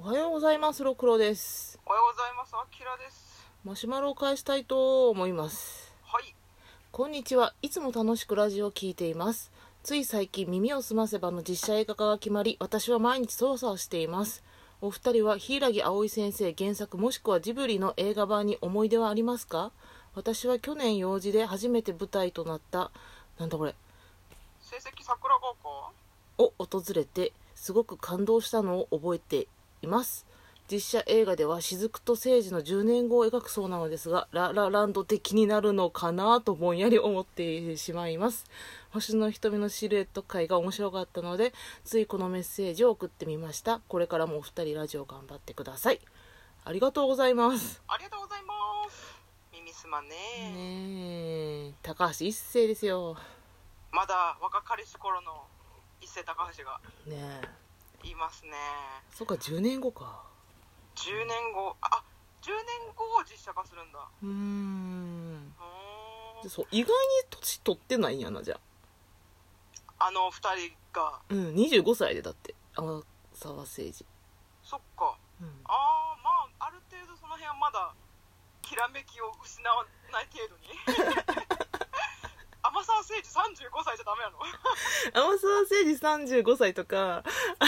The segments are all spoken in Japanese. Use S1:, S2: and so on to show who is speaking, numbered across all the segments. S1: おはようございますろくろです
S2: おはようございます。あきらです。
S1: マシュマロを返したいと思います
S2: はい。
S1: こんにちはいつも楽しくラジオを聞いていますつい最近耳をすませばの実写映画化が決まり私は毎日操作をしていますお二人は柊葵先生原作もしくはジブリの映画版に思い出はありますか私は去年用事で初めて舞台となったなんだこれ
S2: 成績桜高校。
S1: を訪れてすごく感動したのを覚えています実写映画では雫と聖司の10年後を描くそうなのですがララランド的になるのかなとぼんやり思ってしまいます星の瞳のシルエット回が面白かったのでついこのメッセージを送ってみましたこれからもお二人ラジオ頑張ってくださいありがとうございます
S2: ありがとうございます。耳すまね
S1: ね
S2: え。
S1: え高橋一生ですよ
S2: まだ若かりし頃の一世高橋が
S1: ねえ
S2: いますね。
S1: そっか10年後か
S2: 10年後、あ、10年後を実写化するんだ。
S1: うーん
S2: うーん
S1: そう意外に年取ってないんやなじゃあ
S2: あの二人が、
S1: うん25歳でだって天沢誠二、
S2: そっか。
S1: うん
S2: あー、まあ、ある程度その辺はまだ、きらめきを失わない程度 に。天沢誠治35歳じゃダメなの
S1: 天沢誠二35歳とかあ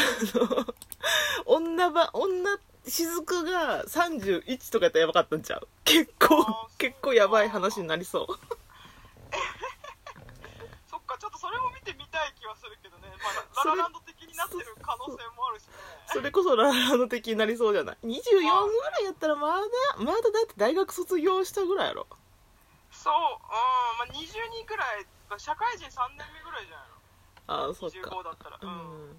S1: の女ば女雫が31とかやったらやばかったんちゃう結構
S2: あー
S1: 結構やばい話になりそう
S2: そっかちょっとそれも見てみたい気はするけどね、まあ、ララランド的になってる可能性もあるしね
S1: それこそラララの敵になりそうじゃない24ぐらいやったらまだまだだって大学卒業したぐらいやろ
S2: そううん、まあ、22ぐらい社会人3年目ぐらいじゃ
S1: あ
S2: ないの
S1: あそっ
S2: 25
S1: か
S2: だったら、う
S1: うんん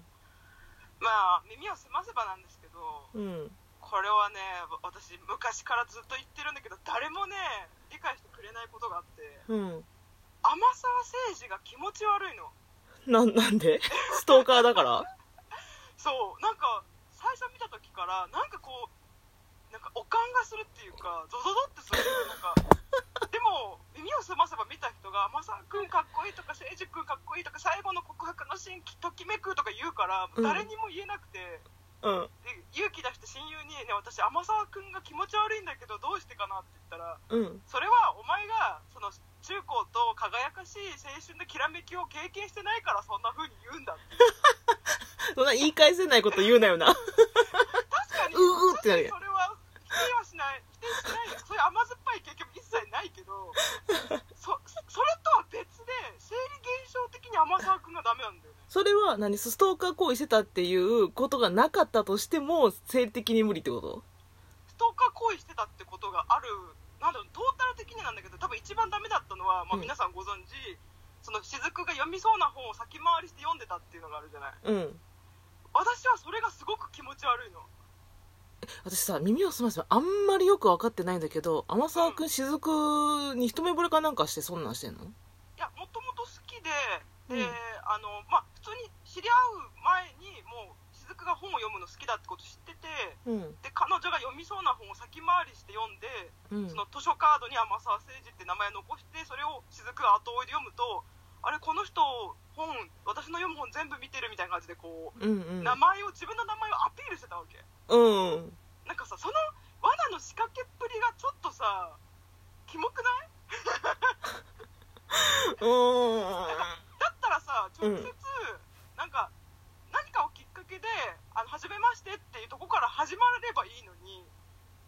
S2: まあ耳を澄ませばなんですけど
S1: うん
S2: これはね私昔からずっと言ってるんだけど誰もね理解してくれないことがあって
S1: うん
S2: 天沢誠治が気持ち悪いの
S1: なんなんでストーカーだから
S2: そうなんか最初見た時からなんかこうなんかおかんがするっていうかゾゾゾってするなんかでも耳を澄ませば見た人が「マサ君かっこいい」とか「誠治君かっこいい」とか「最後の告白のシーンきときめく」とか言うから
S1: うん
S2: 誰にも言えなくて、
S1: うん
S2: で勇気出して親友に、ね「私天沢君が気持ち悪いんだけどどうしてかな」って言ったら
S1: うん
S2: 「それはお前がその中高と輝かしい青春のきらめきを経験してないからそんな風に言うんだ」って
S1: そんな言い返せないこと言うなよな
S2: 確かに
S1: ううってなるやん
S2: それは否定はしない否定しない よそういう甘酸っぱい経験も一切ないけどそそれとは別で生理現象的に天沢君がダメなんだよね
S1: それは何ストーカー行為してたっていうことがなかったとしても生理的に無理ってこと
S2: ストーカー行為してたってことがあるなんだろうトータル的になんだけど多分一番ダメだったのは、まあ、
S1: うん
S2: 皆さんご存知、その雫が読みそうな本を先回りして読んでたっていうのがあるじゃない
S1: うん
S2: 私はそれがすごく気持ち悪いの
S1: 私さ耳を澄ませばあんまりよく分かってないんだけど天沢君雫に一目惚れかなんかしてそんなんしてんの
S2: いや、もともと好きで、で、
S1: うん
S2: あの、まあ、普通に知り合う前に、もう、雫が本を読むの好きだってこと知ってて、
S1: うん
S2: で、彼女が読みそうな本を先回りして読んで、
S1: うん
S2: その図書カードに天沢誠治って名前残して、それを雫が後追いで読むと、あれ、この人、本、私の読む本全部見てるみたいな感じで、こう、
S1: うんうん
S2: 名前を、自分の名前をアピールしてたわけ。
S1: うん
S2: なんかさ、その罠の仕掛けっぷりがちょっとさ、キモくない
S1: うん
S2: だったらさ直
S1: うん
S2: 接、なんか何かをきっかけで「あの初めまして」っていうとこから始まればいいのに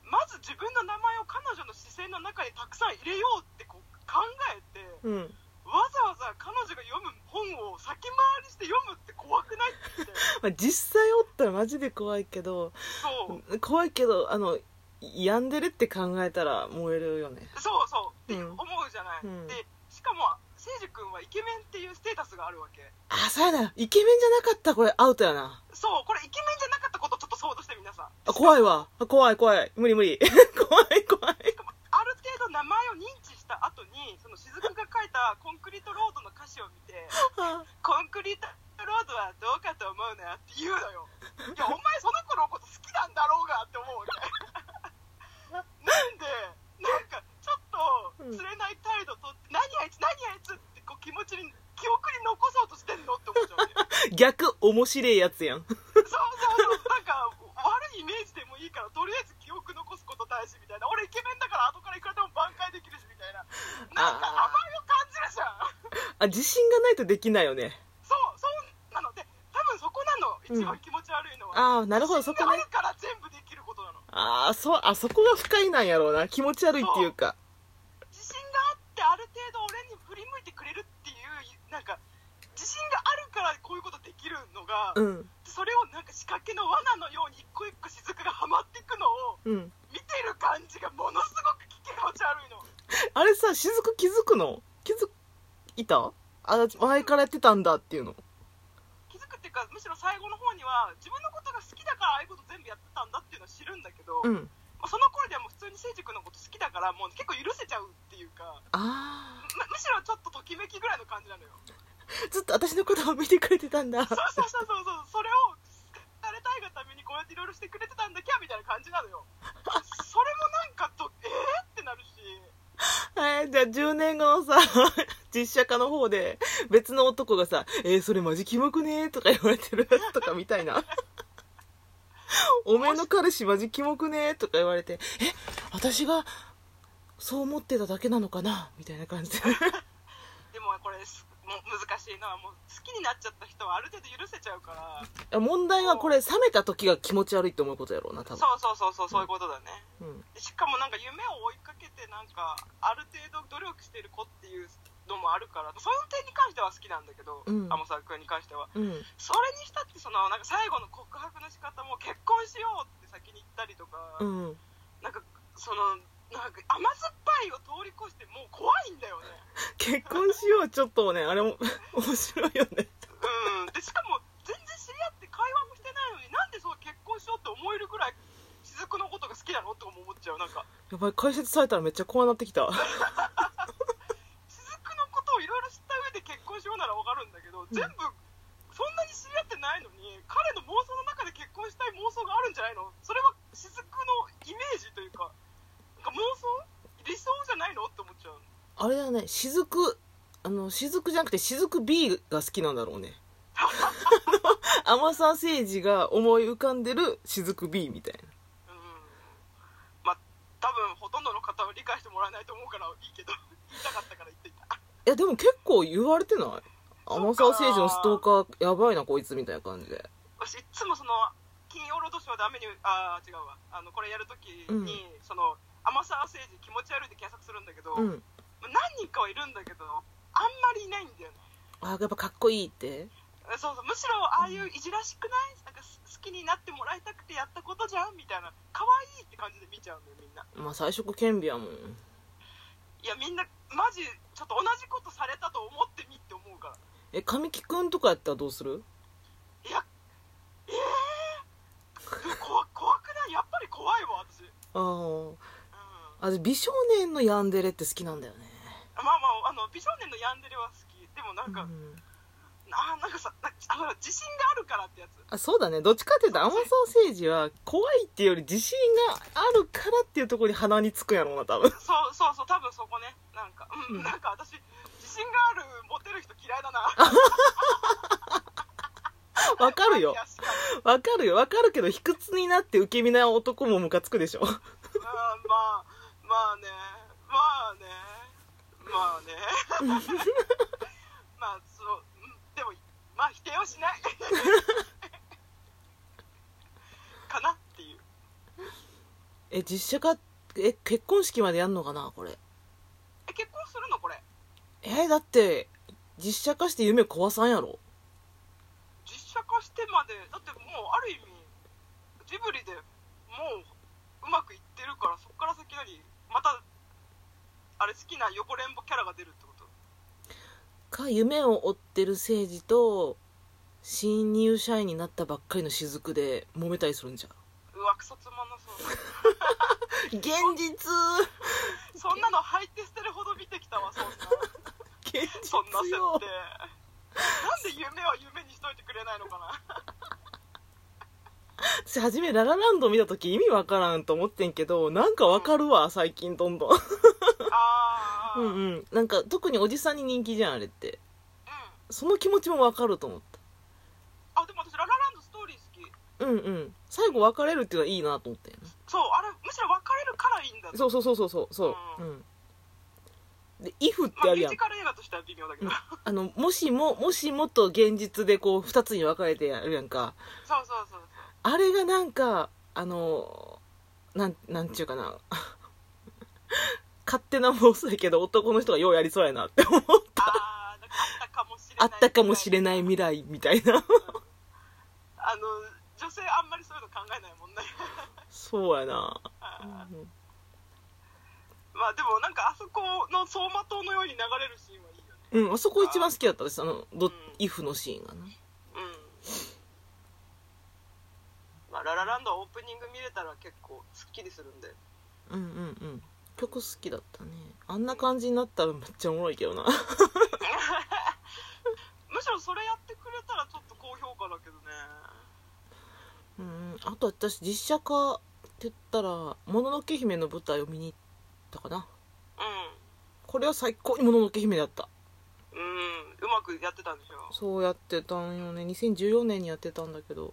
S2: まず自分の名前を彼女の視線の中にたくさん入れようってこう考えて
S1: うん
S2: わざわざ彼女が読む本を先回りして読むって怖くないって
S1: まあ実際おったらマジで怖いけど
S2: そう
S1: 怖いけどあの病んでるって考えたら燃えるよね
S2: そうそうっ
S1: う
S2: て
S1: ん
S2: 思うじゃない、
S1: うん
S2: でしかも誠司君はイケメンっていうステータスがあるわけ
S1: あそうやなイケメンじゃなかったこれアウトやな
S2: そうこれイケメンじゃなかったことをちょっと想像して皆さん
S1: あ怖いわあ怖い怖い無理無 理怖い怖 い
S2: ある程度名前を認知した後にその雫が書いた「コンクリートロード」の歌詞を見て
S1: あ
S2: 「コンクリートロードはどうかと思うな」って言うのよいやお前その子のこと好きなんだろうがって思うわけなんでなんかちょっと釣れない態度とって「何あいつ何あいつ」ってこう気持ちに記憶に残そうとしてんのって思っちゃうわけ
S1: 逆面白いやつやん
S2: そうそうそうなんか悪いイメー
S1: あ自信がないとできないよね
S2: そうそうなので多分そこなの一番気持ち悪いのは、
S1: ああなるほどそ
S2: 自
S1: こ
S2: 信があ
S1: ね
S2: るから全部できることなの
S1: ああそうあそこが不快なんやろうな気持ち悪いっていうか
S2: 自信があってある程度俺に振り向いてくれるっていうなんか自信があるからこういうことできるのが、
S1: うん
S2: それをなんか仕掛けの罠のように一個一個雫がはまっていくのを
S1: うん
S2: 見てる感じがものすごく気持ち悪いの
S1: あれさしずく気づくの気づいたあ前からやってたんだっていうの
S2: 気づくっていうかむしろ最後の方には自分のことが好きだからああいうこと全部やってたんだっていうのは知るんだけ
S1: う
S2: ど、
S1: ん
S2: まあその頃ではもう普通に聖司君のこと好きだからもう結構許せちゃうっていうか
S1: ああ
S2: むむしろちょっとときめきぐらいの感 じなのよ
S1: ずっと私のことを見てくれてたんだ
S2: そうそうそうそうそうそれをされたいがためにこうやっていろいろしてくれてたんだきゃみたいな感じなのよそれもなんかとえー、ってなるし
S1: はい、じゃあ10年後のさ、 実写化の方で、別の男がさ、えー、それマジキモくねーとか言われてる やつとかみたいな。おめえの彼氏マジキモくねーとか言われて、え、私が、そう思ってただけなのかなみたいな感じで。
S2: でもこれすもう難しいのはもう好きになっちゃった人はある程度許せちゃうから
S1: いや問題はこれ、冷めた時が気持ち悪いって思うことやろうな、多分。
S2: そうそうそうそうそういうことだね、
S1: うん、
S2: しかもなんか夢を追いかけてなんかある程度努力してる子っていうのもあるからその点に関しては好きなんだけど、
S1: うん
S2: 天沢君に関しては
S1: うん、
S2: それにしたってそのなんか最後の告白の仕方も結婚しようって先に言ったりとか、
S1: うん。
S2: なんかそのなんか甘酸っぱいを通り越してもう怖いんだよね
S1: 結婚しよう、ちょっとね、あれも、面白いよね。
S2: うんでしかも全然知り合って会話もしてないのになんでそう結婚しようって思えるぐらい雫のことが好きなのとかも思っちゃうなんか
S1: やばい、解説されたらめっちゃ怖なってきた。
S2: 雫のことをいろいろ知った上で結婚しようならわかるんだけど、全部そんなに知り合ってないのに彼の妄想の中で結婚したい妄想があるんじゃないのそれは雫のイメージというかなんか妄想理想じゃないのって思っちゃう
S1: あれだね雫あの雫じゃなくて雫 B が好きなんだろう ねあの天沢誠治が思い浮かんでる雫 B みたい
S2: うんまあ多分ほとんどの方は理解してもらえないと思うからいいけど言いたかったから言っていた
S1: ないやでも結構言われてない天沢誠治のストーカーやばいなこいつみたいな感じで
S2: 私いつもその金曜ロードショーで雨にあー違うわあのこれやるときに、
S1: うん
S2: その天沢誠治気持ち悪いで検索するんだけど、
S1: うん
S2: まあ何人かはいるんだけどあんまりいないんだよね
S1: あやっぱかっこいいって
S2: そうそうむしろああいういじらしくないなんかす好きになってもらいたくてやったことじゃんみたいな可愛いって感じで見ちゃうんだよみんな
S1: まあ最初顕微やもん
S2: いやみんなマジちょっと同じことされたと思ってみって思うから
S1: え神木くんとかやったらどうする
S2: いやええー、こわ怖くないやっぱり怖いわ私、うん、
S1: あー
S2: ま
S1: あ美少年のヤンデレって好きなんだよね
S2: あまああの美少年のヤンデレは好きでもなんか、
S1: うん
S2: あーなんかさなんかあの自信があるからってやつ
S1: あそうだねどっちかっていうと甘そう政治は怖いっていうより自信があるからっていうところに鼻につくやろうな多 分
S2: そうそうそう多分そこねなんかうん、
S1: うん
S2: なんか私自信があるモテる人嫌いだな
S1: わかるよ
S2: いやしかも
S1: わかるよわかるけど卑屈になって受け身な男もムカつくでしょ
S2: うんまあまあねまあねまあねまあそううんでもまあ否定はしないかなっていう
S1: え実写化え結婚式までやんのかなこれ
S2: え結婚するのこれ
S1: えだって実写化して夢壊さんやろ
S2: 実写化してまでだってもうある意味ジブリでもううまくいってるからそっから先なりまたあれ好きな汚れんぼキャラが出るってこと
S1: か夢を追ってる政治と新入社員になったばっかりの雫で揉めたりするんじゃん
S2: うわクソつまんなそう
S1: 現実
S2: そんなの履いて捨てるほど見てきたわそんな
S1: 現実
S2: そんな設
S1: よ
S2: 定なんで夢は夢にしといてくれないのかな
S1: 私初めララランド見た時意味わからんと思ってんけどなんかわかるわ最近どんどん
S2: ああ
S1: う
S2: うんんうん
S1: うんなんか特におじさんに人気じゃんあれってその気持ちもわかると思っ
S2: あでも私ララランドストーリー好き
S1: たうんうん最後別れるっていうのはいいなと思って
S2: そうあれむしろ別れるからいいんだ
S1: そうそうそうそうそうそう、
S2: う
S1: うんんで「if」って
S2: ま
S1: あ
S2: あ、
S1: る
S2: ミュ
S1: やん
S2: ージカル映画としては微妙だけど。
S1: あのもしももしもと現実でこう2つに分かれてやるやんか
S2: そうそうそうそう。
S1: あれがなんかあのなんなんちゅうかな 勝手な妄想やけど男の人がようやりそうやなって思う
S2: あーなんかあったかもしれな
S1: あ
S2: い。
S1: ったかもしれない未来みたい な
S2: あの、女性あんまりそういうの考えないもんね。
S1: そうやな、
S2: あー
S1: うん
S2: まあでもなんかあそこの走馬灯のように流れるシーンはいいよね。
S1: うん、あそこ一番好きだったですあのど、
S2: うん
S1: イフのシーンがな
S2: うん。まあ、ララランドはオープニング見れたら結構すっきりするんで。
S1: うんうんうん曲好きだったねあんな感じになったらめっちゃおもろいけ どな
S2: むしろそれやってくれたらちょっと高評価だけどね。
S1: うんあと私実写化って言ったら「もののけ姫」の舞台を見に行ったかなこれは最高に「もののけ姫」だった
S2: うん。うん。うまくやってたんでしょ。
S1: そうやってたんよね2014年にやってたんだけど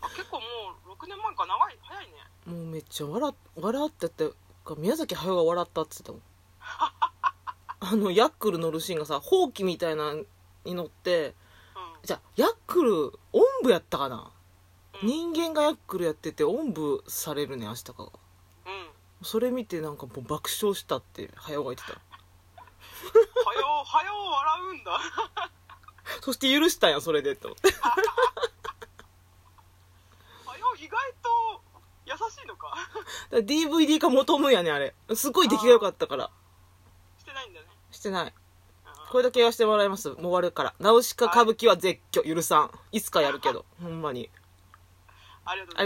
S2: あ結構もう6年前か長い、早いね。
S1: もうめっちゃ笑っ笑っててか宮崎駿が笑ったっつってたもん あのヤックル乗るシーンがさほうきみたいなのに乗ってじゃあヤックルおんぶやったかな
S2: うん。うん。
S1: 人間がヤックルやってておんぶされるね明日かが
S2: うん
S1: それ見てなんかもう爆笑したって早尾が言 ってた
S2: は よ、はよ笑うんだ。
S1: そして許したんやそれでって思って
S2: はよ、意外と優しいのか。
S1: だから DVD 化求むんやねあれすごい出来が良かったから
S2: してないんだね。
S1: してない
S2: あー
S1: これだけ言わせてもらいますもう終わるから ナウシカ歌舞伎は絶叫許さんいつかやるけどほんまに
S2: ありがとうございます。